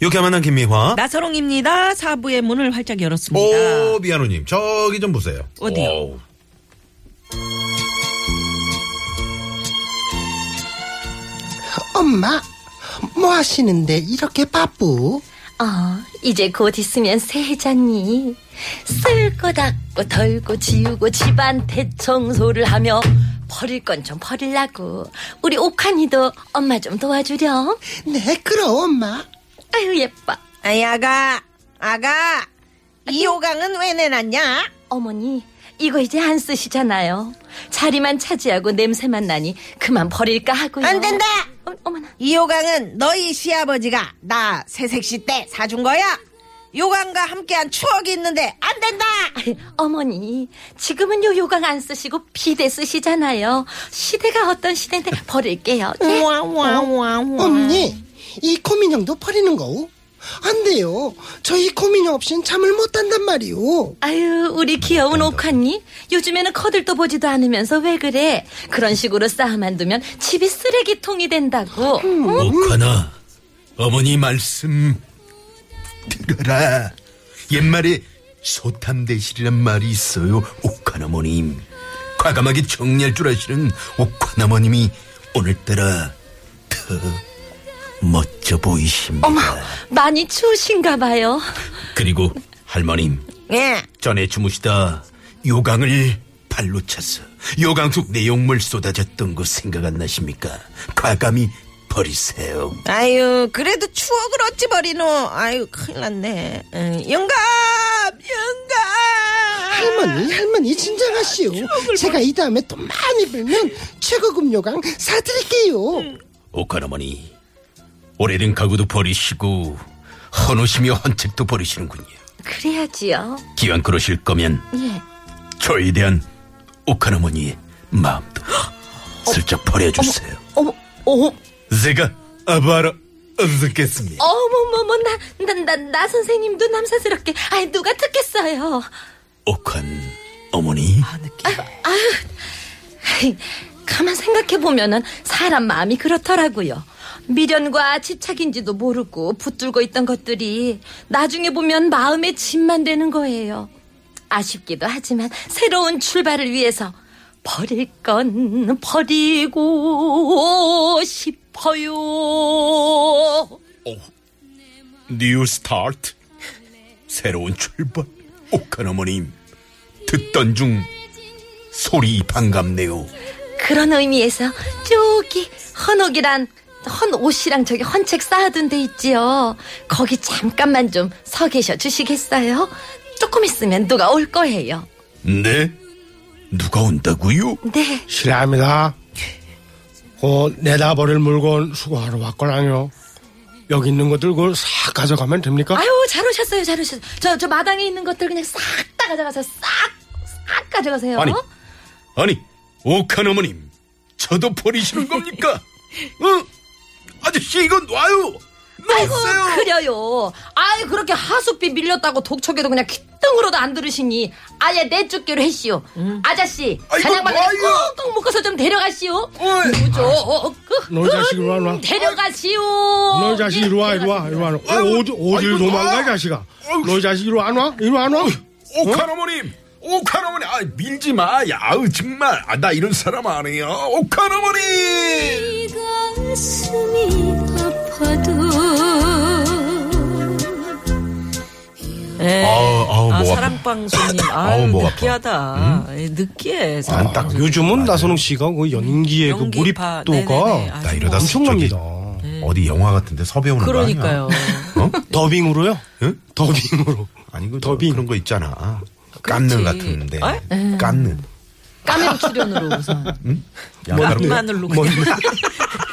이렇게 만난 김미화. 나서롱입니다. 사부의 문을 활짝 열었습니다. 오, 미아노님. 저기 좀 보세요. 어디요? 오우. 엄마, 뭐 하시는데 이렇게 바쁘? 아, 이제 곧 있으면 새해잖니. 쓸거 닦고 덜고 지우고 집안 대청소를 하며 버릴 건 좀 버릴라고. 우리 옥한이도 엄마 좀 도와주렴. 네, 그럼 엄마. 아유 예뻐. 아이 아가 아가 이 요강은 왜 내놨냐? 어머니, 이거 이제 안 쓰시잖아요. 자리만 차지하고 냄새만 나니 그만 버릴까 하고요. 안 된다. 어, 어머나. 이 요강은 너희 시아버지가 나 새색시 때 사준 거야. 요강과 함께한 추억이 있는데 안 된다. 아이, 어머니, 지금은 요 요강 안 쓰시고 비대 쓰시잖아요. 시대가 어떤 시대인데 버릴게요. 예? 우와 우와 어? 우와 우와. 엄니, 이 코민형도 버리는 거우? 안 돼요. 저희 코민형 없인 잠을 못 한단 말이오. 아유, 우리 귀여운 옥환니? 요즘에는 커들도 보지도 않으면서 왜 그래? 그런 식으로 쌓아만 두면 집이 쓰레기통이 된다고. 옥하나, 어머니 말씀 들어라. 옛말에 소탐대실이란 말이 있어요. 옥하나모님. 과감하게 정리할 줄 아시는 옥하나모님이 오늘따라 더 멋져 보이십니다. 많이 추우신가 봐요. 그리고 할머님. 예. 전에 주무시다 요강을 발로 차서 요강 속 내용물 쏟아졌던 거 생각 안 나십니까? 과감히 버리세요. 아유 그래도 추억을 어찌 버리노? 아유 큰일 났네. 응, 영감 영감. 할머니, 할머니, 아, 진정하시오. 제가 이 다음에 또 많이 벌면 최고급 요강 사드릴게요. 옥할어머니 오래된 가구도 버리시고 헌옷이며 헌책도 버리시는군요. 그래야지요. 기왕 그러실 거면 예. 저에 대한 옥할어머니의 마음도 슬쩍 버려주세요. 어머, 어, 제가 아바라 얻겠습니다. 어머머머, 나, 나, 나, 나 선생님도 남사스럽게. 아이, 누가 듣겠어요. 옥한 어머니 아이, 가만 생각해보면은 사람 마음이 그렇더라고요. 미련과 집착인지도 모르고 붙들고 있던 것들이 나중에 보면 마음의 짐만 되는 거예요. 아쉽기도 하지만 새로운 출발을 위해서 버릴 건 버리고 싶어요. 뉴 스타트 새로운 출발 옥한 어머님 듣던 중 소리 반갑네요 그런 의미에서 저기 헌옥이란 헌옷이랑 저기 헌책 쌓아둔 데 있지요. 거기 잠깐만 좀 서 계셔 주시겠어요? 조금 있으면 누가 올 거예요. 네? 누가 온다고요? 네. 실례합니다. 그 내다버릴 물건 수거하러 왔거나요. 여기 있는 것들 그걸 싹 가져가면 됩니까? 아유 잘 오셨어요 잘 오셨어요. 저, 저 마당에 있는 것들 그냥 싹 다 가져가세요. 싹, 싹 가져가세요. 아니. 아니 옥한 어머님 저도 버리시는 겁니까? 응? 아저씨 이건 놔요 뭐 아이고 놓으세요 그려요. 아이 그렇게 하숙비 밀렸다고 독촉에도 그냥 귀등으로도 안 들으시니 아예 내쫓기로 했시오. 음. 아저씨 아이고, 자장방에 아이고. 꽁꽁 묶어서 좀 데려가시오. 어이. 아, 너 자식 이리 와, 이리 와. 그, 데려가시오. 너 자식 이리 와, 이리 와, 이리 와. 아유, 어, 어디, 어딜 아이고, 도망가, 아. 이 자식아. 아유. 너 자식 이리 안 와? 이리 안 와? 옥한 어머님 옥한 어머니 아 밀지 마 야우 정말 아, 나 이런 사람 아니에요 옥한 어머니 이 가슴이 아파도 예. 아우, 아우, 뭐. 아, 목 아파. 사랑방송님. 아유, 어, 아우, 목 아파. 느끼하다. 예, 느끼해. 사랑- 아, 요즘은 나선홍 씨가 그 연기의 그 연기파. 네네네. 몰입도가 아주 나 뭐. 이러다 엄청납니다. 저기 어디 영화 같은데 섭외오는 그러니까요. 거 아니야? 어? 더빙으로요? 응? 더빙으로. 아니 그 더빙. 그런 거 있잖아. 그렇지. 깐는 같은데. 에? 깐는. 까메오 출연으로 우선. 양말 깐만으로 그냥.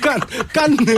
깐, 깐네.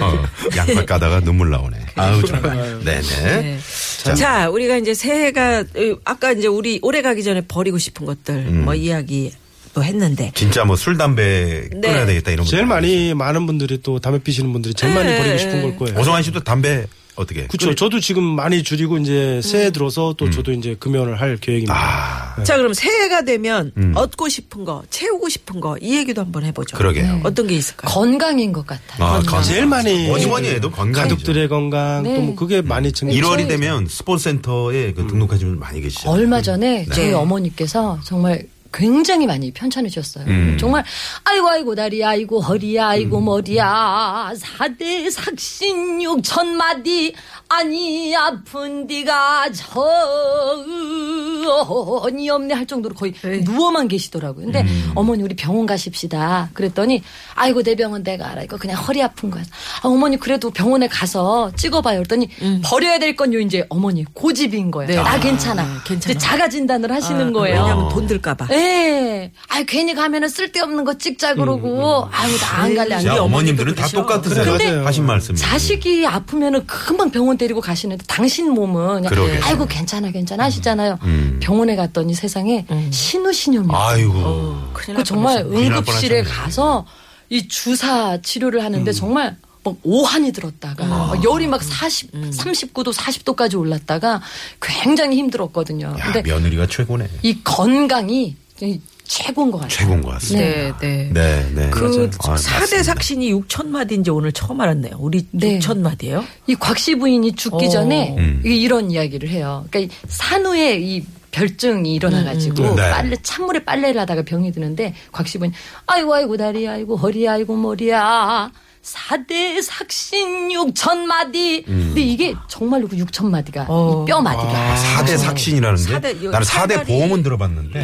어, 양말 까다가 눈물 나오네. 아우 정말. 네네. 네. 자, 자, 우리가 이제 새해가 으, 아까 이제 우리 올해 가기 전에 버리고 싶은 것들 음. 뭐 이야기 또 했는데 진짜 뭐 술 담배 네. 끊어야 되겠다 이런 제일 분들. 많이 많은 분들이 또 담배 피시는 분들이 제일 많이 네. 버리고 싶은 걸 거예요. 오성환 씨도 담배 어떻게? 그렇죠. 저도 지금 많이 줄이고 이제 새해 들어서 음. 또 저도 이제 금연을 할 아, 계획입니다. 네. 자 그럼 새해가 되면 얻고 싶은 거 채우고 싶은 거 이 얘기도 한번 해보죠. 음. 그러게요. 어떤 게 있을까요? 건강인 것 같아요. 아, 건강. 그러니까 제일 많이 뭐니 뭐니 해도 건강이죠. 가족들의 건강 또 뭐 그게 많이 증가. 1월이 되면 스포츠 센터에 그 등록하신 분 많이 아, 계시죠. 얼마 전에 네. 저희 어머니께서 정말 굉장히 많이 편찮으셨어요. 정말 아이고 아이고 다리야 아이고 허리야 아이고 머리야 사대 삭신육 천마디 아니 아픈 데가 전이 없네 할 정도로 거의 누워만 계시더라고요. 근데 어머니 우리 병원 가십시다. 그랬더니 아이고 내 병원 내가 알아 이거 그냥 허리 아픈 거야. 아, 어머니 그래도 병원에 가서 찍어봐요. 그랬더니 음. 버려야 될 건요 이제 어머니 고집인 거예요. 나 괜찮아. 네. 괜찮아. 이제 자가 진단을 하시는 거예요. 왜냐면 돈 들까봐. 예. 아 괜히 가면은 쓸데없는 거 찍자 음, 그러고 아유 나 안 갈래 안 자, 돼. 어머님들은 다 그러셔. 똑같으세요. 그래, 맞아요. 하신 말씀. 자식이 아프면은 금방 병원 데리고 가시는데 당신 몸은 그냥 그러게. 음, 아이고 괜찮아 괜찮아 하시잖아요. 병원에 갔더니 세상에 신우신염이 아이고. 어. 그 정말 큰일 음. 날 응급실에 뻔하셨네. 가서 이 주사 치료를 하는데 정말 막 오한이 아. 들었다가 막 열이 막 40, 음. 39도, 40도까지 올랐다가 굉장히 힘들었거든요. 야, 근데 며느리가 최고네. 이 건강이 이 최고인 것 같아요. 최고인 것 같습니다. 네, 네. 네, 네. 그 아, 사대 삭신이 6천 마디인지 오늘 처음 알았네요. 우리 네. 6천 마디예요? 이 곽씨 부인이 죽기 어. 전에 음. 이- 이런 이야기를 해요. 그러니까 이 산후에 이 별증이 일어나가지고 음. 네. 빨래 찬물에 빨래를 하다가 병이 드는데 곽씨 부인 아이고 아이고 다리야 아이고 허리야 아이고 머리야 사대 삭신 6천 마디. 근데 이게 정말로 그 6천 마디가 어. 이 뼈 마디가 음. 아, 4대 삭신이라는데? 사대, 요, 나는 4대 팔다리. 보험은 들어봤는데.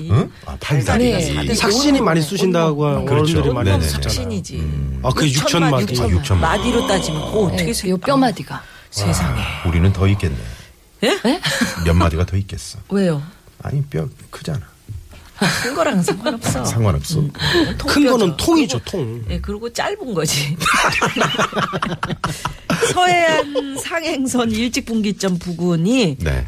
응? 아, 팔다리. 네. 이- 삭신이 많이 쑤신다고 그렇죠. 어른들이 많이 네네. 쓰잖아요. 삭신이지. 음. 아, 그게 6천 마디. 육천 아, 육천 마디. 마디로 따지면 어, 네, 어떻게 이 생겨? 뼈 마디가 예? 세상에. 우리는 더 있겠네. 예? 그러니까. 몇 마디가 더 있겠어. 왜요? 아니, 뼈 크잖아. 큰 거랑 상관없어. 음. 상관없어. 큰 통뼈죠. 거는 통이죠, 통. 예, 그리고 짧은 거지. 서해안 상행선 일직분기점 부근이 네.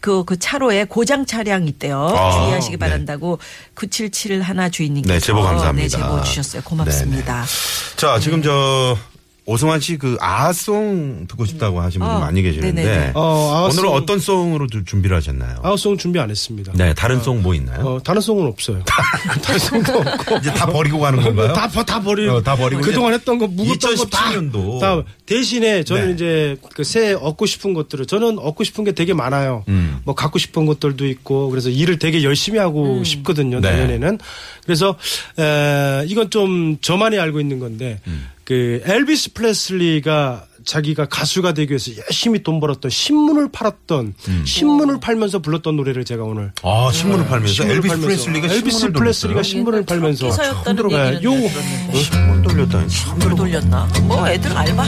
그, 그 차로에 고장 차량 있대요. 아, 주의하시기 네. 바란다고 977 하나 주인님께서 네, 제보 감사합니다. 네, 네, 제보 주셨어요. 고맙습니다. 자, 네. 지금 저 오승환 씨 그 아송 듣고 싶다고 하신 분들 어, 많이 계시는데 네네네. 어, 아송. 오늘은 어떤 송으로 좀 준비를 하셨나요? 아웃송 준비 안 했습니다. 네, 다른 송 뭐 있나요? 어, 다른 송은 없어요. 다른 송도 없고. 이제 다 버리고 가는 건가요? 다, 버- 다 버리고. 어, 다 버리고 그동안 이제 했던 거, 묵었던 거 다. 2017년도. 다 대신에 저는 네. 이제 그 새해 얻고 싶은 것들을, 저는 얻고 싶은 게 되게 많아요. 음. 뭐 갖고 싶은 것들도 있고, 그래서 일을 되게 열심히 하고 음. 싶거든요, 네. 내년에는. 그래서, 에, 이건 좀 저만이 알고 있는 건데, 음. 그 엘비스 프레슬리가 자기가 가수가 되기 위해서 열심히 돈 벌었던 신문을 팔았던 음. 신문을 팔면서 불렀던 노래를 제가 오늘 아, 신문을 팔면서 네, 신문을 엘비스 팔면서. 아, 프레슬리가 엘비스 신문을 프레슬리가 신문을 팔면서 기사였다는 네, 그 얘기는 요 내가 돌렸어요? 신문 돌렸다니. 참 뭘 돌렸나? 뭐 애들 알바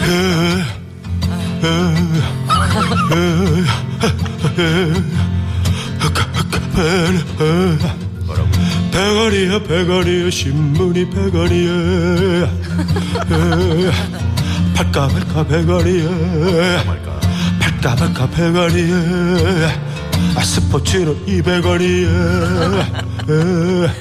뭐라고. 배가리야 배가리야 신문이 배가리야 팔까 말까 배가리야 말까. 팔까 말까 배가리야 아 스포츠는 이 배가리야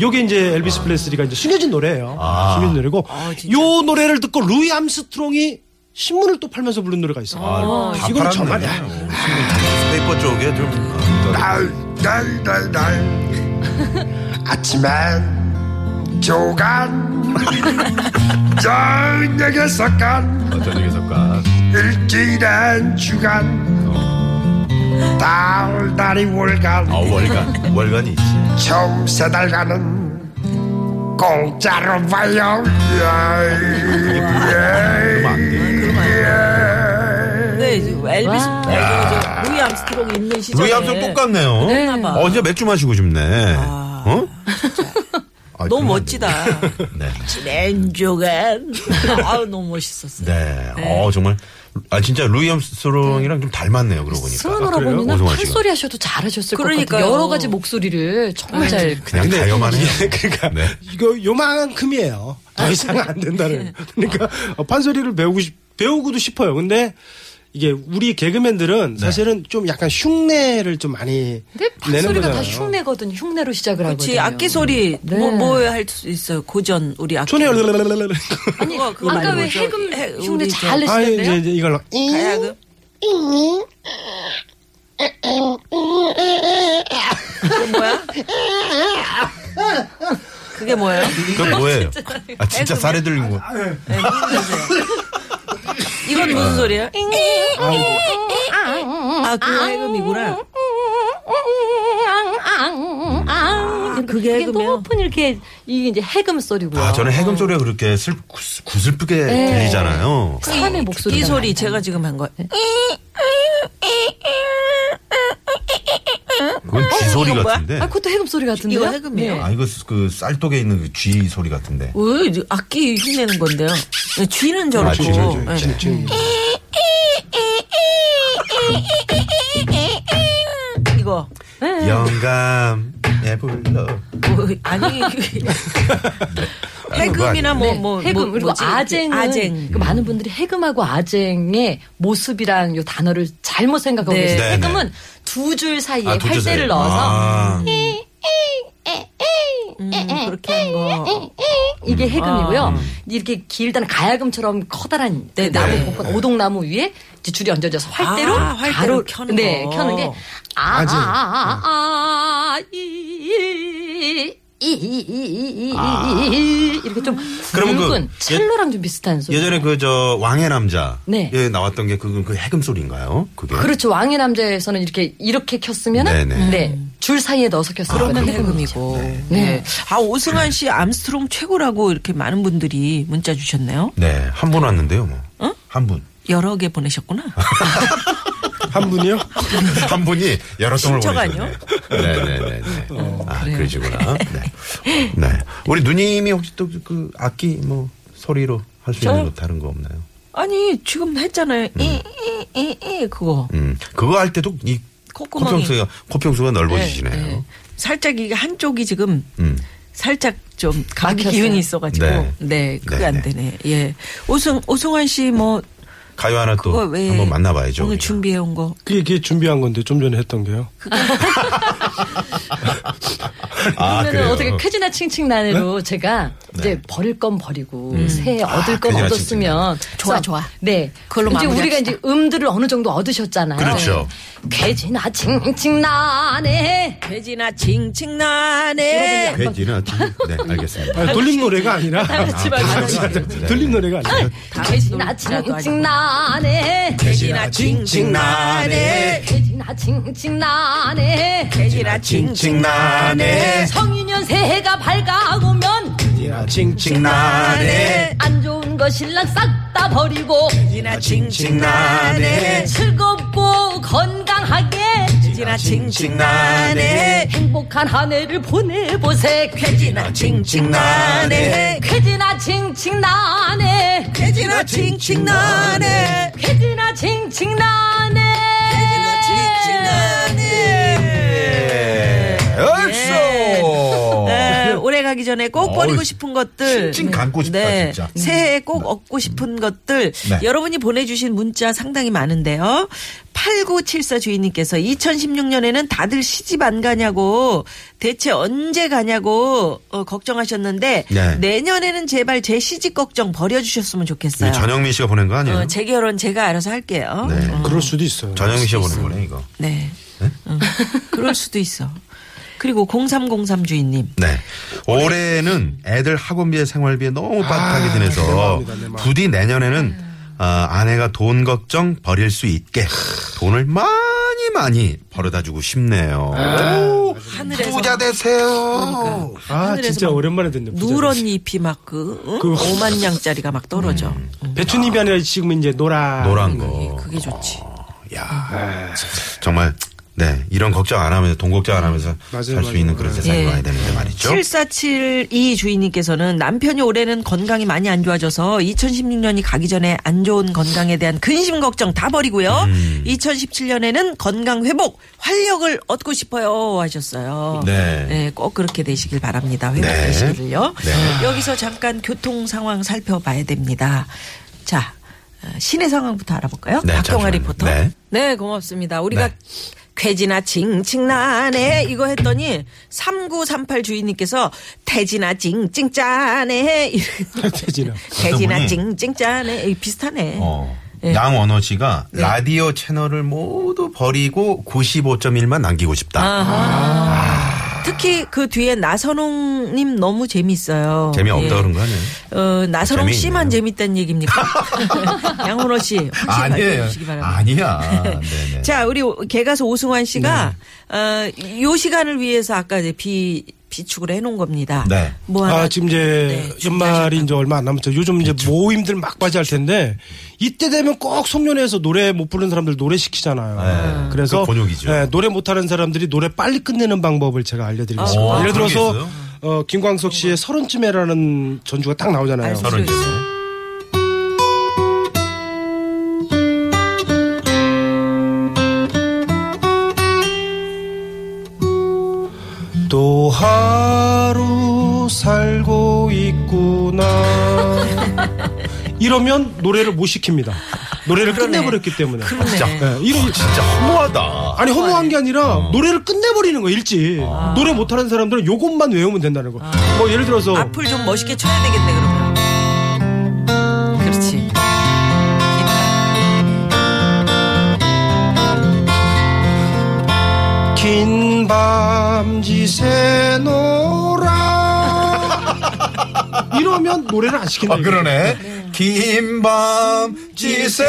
요게 이제 엘비스 플레슬리가 이제 숨겨진 노래예요 아. 숨겨진 노래고 요 노래를 듣고 루이 암스트롱이 신문을 또 팔면서 부른 노래가 있어요 아, 다 이건 팔았네. 정말 어, 아. 신문 페이퍼 쪽에 좀 어, 날날날날 아침엔 조간 저녁에 석간 어떤 얘기 섞까 일주일엔 주간 달달이 월간 아, 월간. 월간이 있지. 처음 세 달간은 공짜로 봐요 그러면 안 돼. 네, 엘비스 아, 루이 암스트롱이 있는 시절에 네. 루이 함성 똑같네요. 봐. 어, 이제 맥주 마시고 싶네. 어? 아, 너무 그만. 멋지다. 네. 맨조간. 아우 너무 멋있었어요. 네. 어, 정말. 아, 진짜 루이 암스트롱이랑 좀 닮았네요. 그러고 보니까. 아, 스런 오라버니는 오승환 씨가. 판소리 하셔도 잘하셨을 것 그러니까요. 같아요. 여러 가지 목소리를 정말 잘 그냥 가요만 해요. 그러니까 네. 이거 요만큼이에요. 더 이상 안 된다는. 그러니까 어, 판소리를 배우고 싶, 배우고도 싶어요. 근데 이게 우리 개그맨들은 네. 사실은 좀 약간 흉내를 좀 많이 근데 내는 박소리가 다 거잖아요. 흉내거든. 흉내로 시작을 그렇지 하거든요. 악기 소리 네. 뭐 뭐 할 수 있어요 고전 우리 악기 촌이 얼르르르르르. 아니 아까 왜 해금 흉내 잘 아 내시던데요? 이제 이제 이걸로 가야금 그게 뭐예요? 그게 뭐예요? 아 진짜 사례 들린 거. 이건 무슨 소리예요? 아 그거 해금이구나 아, 그게 해금이요? 높은 이렇게 이게 이제 해금 소리고요. 아 저는 해금 소리가 그렇게 슬, 구- 구슬프게 네. 들리잖아요. 사람의 네. 목소리. 이 소리 제가 지금 한 거. 그건 쥐 소리 같은데. 아, 그것도 해금 소리 같은데요? 네. 이거 해금이에요. 아 이거 그 쌀독에 있는 그 쥐 소리 같은데. 왜 어, 이제 악기 흉내는 건데요? 네, 쥐는 저렇고. 아, 쥐는 저렇고. 예. 네. 이거 네. 영감에 불러. 뭐, 아니 해금이나 뭐 뭐 뭐, 네, 해금 그리고 뭐지? 아쟁은 아쟁. 그 많은 분들이 해금하고 아쟁의 모습이랑 요 단어를 잘못 생각하고 네. 계세요. 네, 해금은 두 줄 사이에 아, 두줄 사이에. 활대를 예, 넣어서 아. Eh, 음, 그렇게 한 음, 거. 이게 해금이고요. 아. 이렇게 길다는 가야금처럼 커다란 네, 나무 네. 복권, 오동나무 위에 이제 줄이 얹어져서 활대로 아, 활대로 가로 켜는 네, 거. 켜는 게 아직. 아, 네. 아아아아이 아. 이렇게 좀 그러면 그 굵은 예- 첼로랑 좀 비슷한 소리. 예전에 그 저 왕의 남자 네. 예 나왔던 게 그 그 해금 소리인가요? 그게. 그렇죠. 왕의 남자에서는 이렇게 이렇게 켰으면은 네네. 네. 줄 사이에 넣어서 켰으면 그러면 해금. 해금이고. 네. 아 오승환 씨 암스트롱 최고라고 이렇게 많은 분들이 문자 주셨네요. 네, 한 분 왔는데요, 뭐. 어? 한 분. 여러 개 보내셨구나. 한 분이요? 한 분이 여러 통을 신청 보내셨네요. 네네네. 네. 어, 아, 그러시구나. 네. 네. 우리 누님이 혹시 또 그 악기 뭐 소리로 할 수 있는 저요? 거 다른 거 없나요? 아니 지금 했잖아요. 이이이이 그거 음. 그거 할 때도 이 콧구멍이 코평수가 코평수가 넓어지시네요. 네, 네. 살짝 이게 한쪽이 지금 음. 살짝 좀 감기 막혔어요. 기운이 있어가지고 네. 네, 그게 네, 안 네. 되네. 예, 오승 오승환 씨 뭐 가요 하나 또 그거 왜 한번 만나봐야죠. 오늘 우리가. 준비해 온 거. 그게, 그게 준비한 건데 좀 전에 했던 게요. 아, 그러면은 그래요? 어떻게 쾌지나 칭칭난으로 제가 이제 버릴 건 버리고 새 얻을 건 쾌지나 얻었으면 좋아, 그래서 좋아. 네 그걸로 이제 우리가 마무리합시다. 이제 음들을 어느 정도 얻으셨잖아요. 그렇죠. 쾌지나 칭칭난에 돼지나 칭칭 나네. 괜지나 네, 알겠습니다. 아니, 돌림 노래가 아니라 그렇지 말고 네. 돌림 노래가 아니라 쾌지나 칭칭난에 돼지나 칭칭 나네. 쾌지나 칭칭난에 돼지나 칭칭 나네. 성인년 새해가 밝아오면 칭칭 나네. 안 좋은 거 신랑 싹 다 버리고 돼지나 칭칭 나네. 즐겁고 건강하게 돼지나 칭칭 나네. 행복한 한 해를 보내보세 돼지나 칭칭 나네. 쾌지나 칭칭나네 돼지나 칭칭 나네. 쾌지나 칭칭나네 돼지나 칭칭 나네. 얼쏘. 네, 올해 가기 전에 꼭 버리고 예. 어. 어우, 싶은 것들. 네, 찡찡 감고 싶다, 진짜. 음. 새해에 꼭 얻고 싶은 것들. 네. 여러분이 보내주신 문자 상당히 많은데요. 8974 주인님께서 2016년에는 다들 시집 안 가냐고 대체 언제 가냐고 어, 걱정하셨는데 네. 내년에는 제발 제 시집 걱정 버려주셨으면 좋겠어요. 우리 전영민 씨가 보낸 거 아니에요? 어, 제 결혼 제가 알아서 할게요. 네. 어, 그럴 수도 있어요. 전영민 씨가 보낸 거네 이거. 네. 어, 그럴 수도 있어. 그리고 0303 주인님. 네. 올해는 애들 학원비에 생활비에 너무 빠듯하게 아, 내 지내서 마음이다, 내 마음. 부디 내년에는 아, 아내가 돈 걱정 버릴 수 있게 돈을 많이 많이 벌어다 주고 싶네요. 오, 하늘에서. 부자 되세요. 아 진짜 오랜만에 듣네. 부자 누런 잎이 막그 그- 오만 양짜리가 막 떨어져. 응. 대신. 배추잎이 아니라 지금 이제 노란. 노란 네, 거. 그게 좋지. 야 정말 네 이런 걱정 안 하면서 돈 걱정 안 하면서 그. 음. 맞아요, 살 수 맞아요. 있는 그런 네. 세상이 예. 와야 되는데 말이죠. 7472 주인님께서는 남편이 올해는 건강이 많이 안 좋아져서 2016년이 가기 전에 안 좋은 건강에 대한 근심 걱정 다 버리고요. 음. 2017년에는 건강 회복, 활력을 얻고 싶어요 하셨어요. 네. 꼭 그렇게 되시길 바랍니다. 네. 회복되시기를요. 네. 여기서 잠깐 교통 상황 살펴봐야 됩니다. 자, 아, 시내 상황부터 알아볼까요? 네, 박경화 잠시만요. 리포터. 네. 고맙습니다. 우리가 네. 음. 쾌지나 징징나네 이거 했더니 3938 주인님께서 태지나 징징짜네 태진아. 태지나 분이- 징징짜네 이 비슷하네. 어. 예. 양원호 씨가 라디오 채널을 모두 버리고 95.1만 남기고 싶다. 아, 특히 그 뒤에 나선홍님 너무 재밌어요. 재미없다 예. 그런 거 아니에요? 어, 나선홍 재미있네요. 씨만 재밌단 얘기입니까? 양훈호 씨. 확실히 아니에요. 밝혀주시기 바랍니다. 아니야. 네네. 자, 우리 오- 개가수 오승환 씨가 네. 어, 요 시간을 위해서 아까 이제 비 비축을 해놓은 겁니다. 네. 뭐 하나 네, 아, 지금 이제 연말이 이제 얼마 안 남았죠. 요즘 이제 그렇죠. 모임들 막바지 할 텐데 이때 되면 꼭 송년회에서 노래 못 부르는 사람들 노래 시키잖아요. 네. 그래서 그 곤욕이죠. 예, 노래 못하는 사람들이 노래 빨리 끝내는 방법을 제가 알려드리겠습니다. 아, 예를 그런 게 들어서 있어요? 어, 김광석 씨의 서른쯤에라는 전주가 딱 뭐. 나오잖아요. 알죠. 서른 쯤에. 또 하루 살고 있구나. 이러면 노래를 못 시킵니다. 노래를 끝내버렸기 때문에. 그러네. 예, 이런 아, 진짜 허무하다. 어. 아니 허무한 게 아니라 노래를 끝내버리는 거 일찍 아. 노래 못하는 사람들은 요것만 외우면 된다는 아. 거. 뭐 예를 들어서 앞을 좀 멋있게 쳐야 되겠네 그러면. 그렇지. 긴 밤지새 노라 이러면 노래를 안 시킨다. 아, 그러네. 긴밤 지새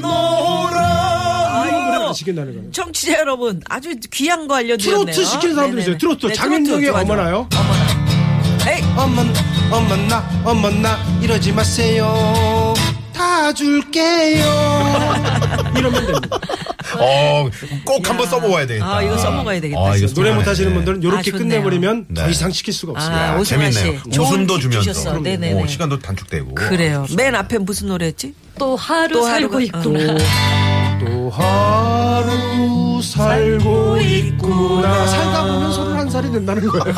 노라. 이런 노래를 안 시킨다는 거예요. 청취자 여러분 아주 귀한 거 알려드렸네요. 트로트 시키는 사람들 있어요. 네네네. 트로트 네, 장윤정의 트로트, 맞아. 어머나요? 에이. 어머 어머나 어머나 이러지 마세요. 다 줄게요. 이러면 됩니다. 어, 꼭 한번 써먹어야 되겠다. 아, 이거 써먹어야 되겠다, 아, 이거 진짜. 노래 써먹어야 못하시는 돼. 분들은 이렇게 아, 좋네요. 끝내버리면 더 네. 이상 시킬 수가 없습니다. 아, 야, 오승환 재밌네요. 씨. 좋은 웃음도 팁 주면서. 주셨어. 네네네. 오, 시간도 단축되고. 그래요. 맨 앞에 무슨 노래였지? 또 하루 또 살고 하루가- 아, 네. 있구나. 또 하루 살고 있구나. 살다 보면 서른한 살이 된다는 거예요.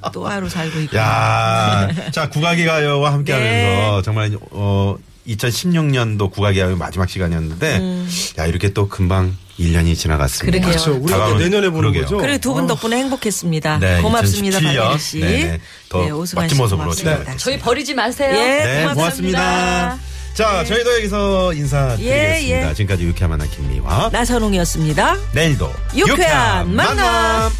어, 또 하루 살고 있고. 야, 자 국악의 가요와 함께하면서 네. 정말 어 2016년도 국악의 가요 마지막 시간이었는데 음. 야 이렇게 또 금방 1년이 지나갔습니다. 그러게요. 그렇죠. 우리가 다가오는- 또 내년에 보는 그러게요. 거죠. 그래 두 분 덕분에 행복했습니다. 네, 고맙습니다, 2017년. 박예리 씨. 네네. 더 오승환 멋진 씨 모습으로 고맙습니다. 진행하겠습니다. 네. 저희 버리지 마세요. 예, 네, 고맙습니다. 네. 자, 저희도 여기서 인사드리겠습니다. 예, 예. 지금까지 유쾌한 만남 김미화. 나선홍이었습니다. 내일도 유쾌한 만남.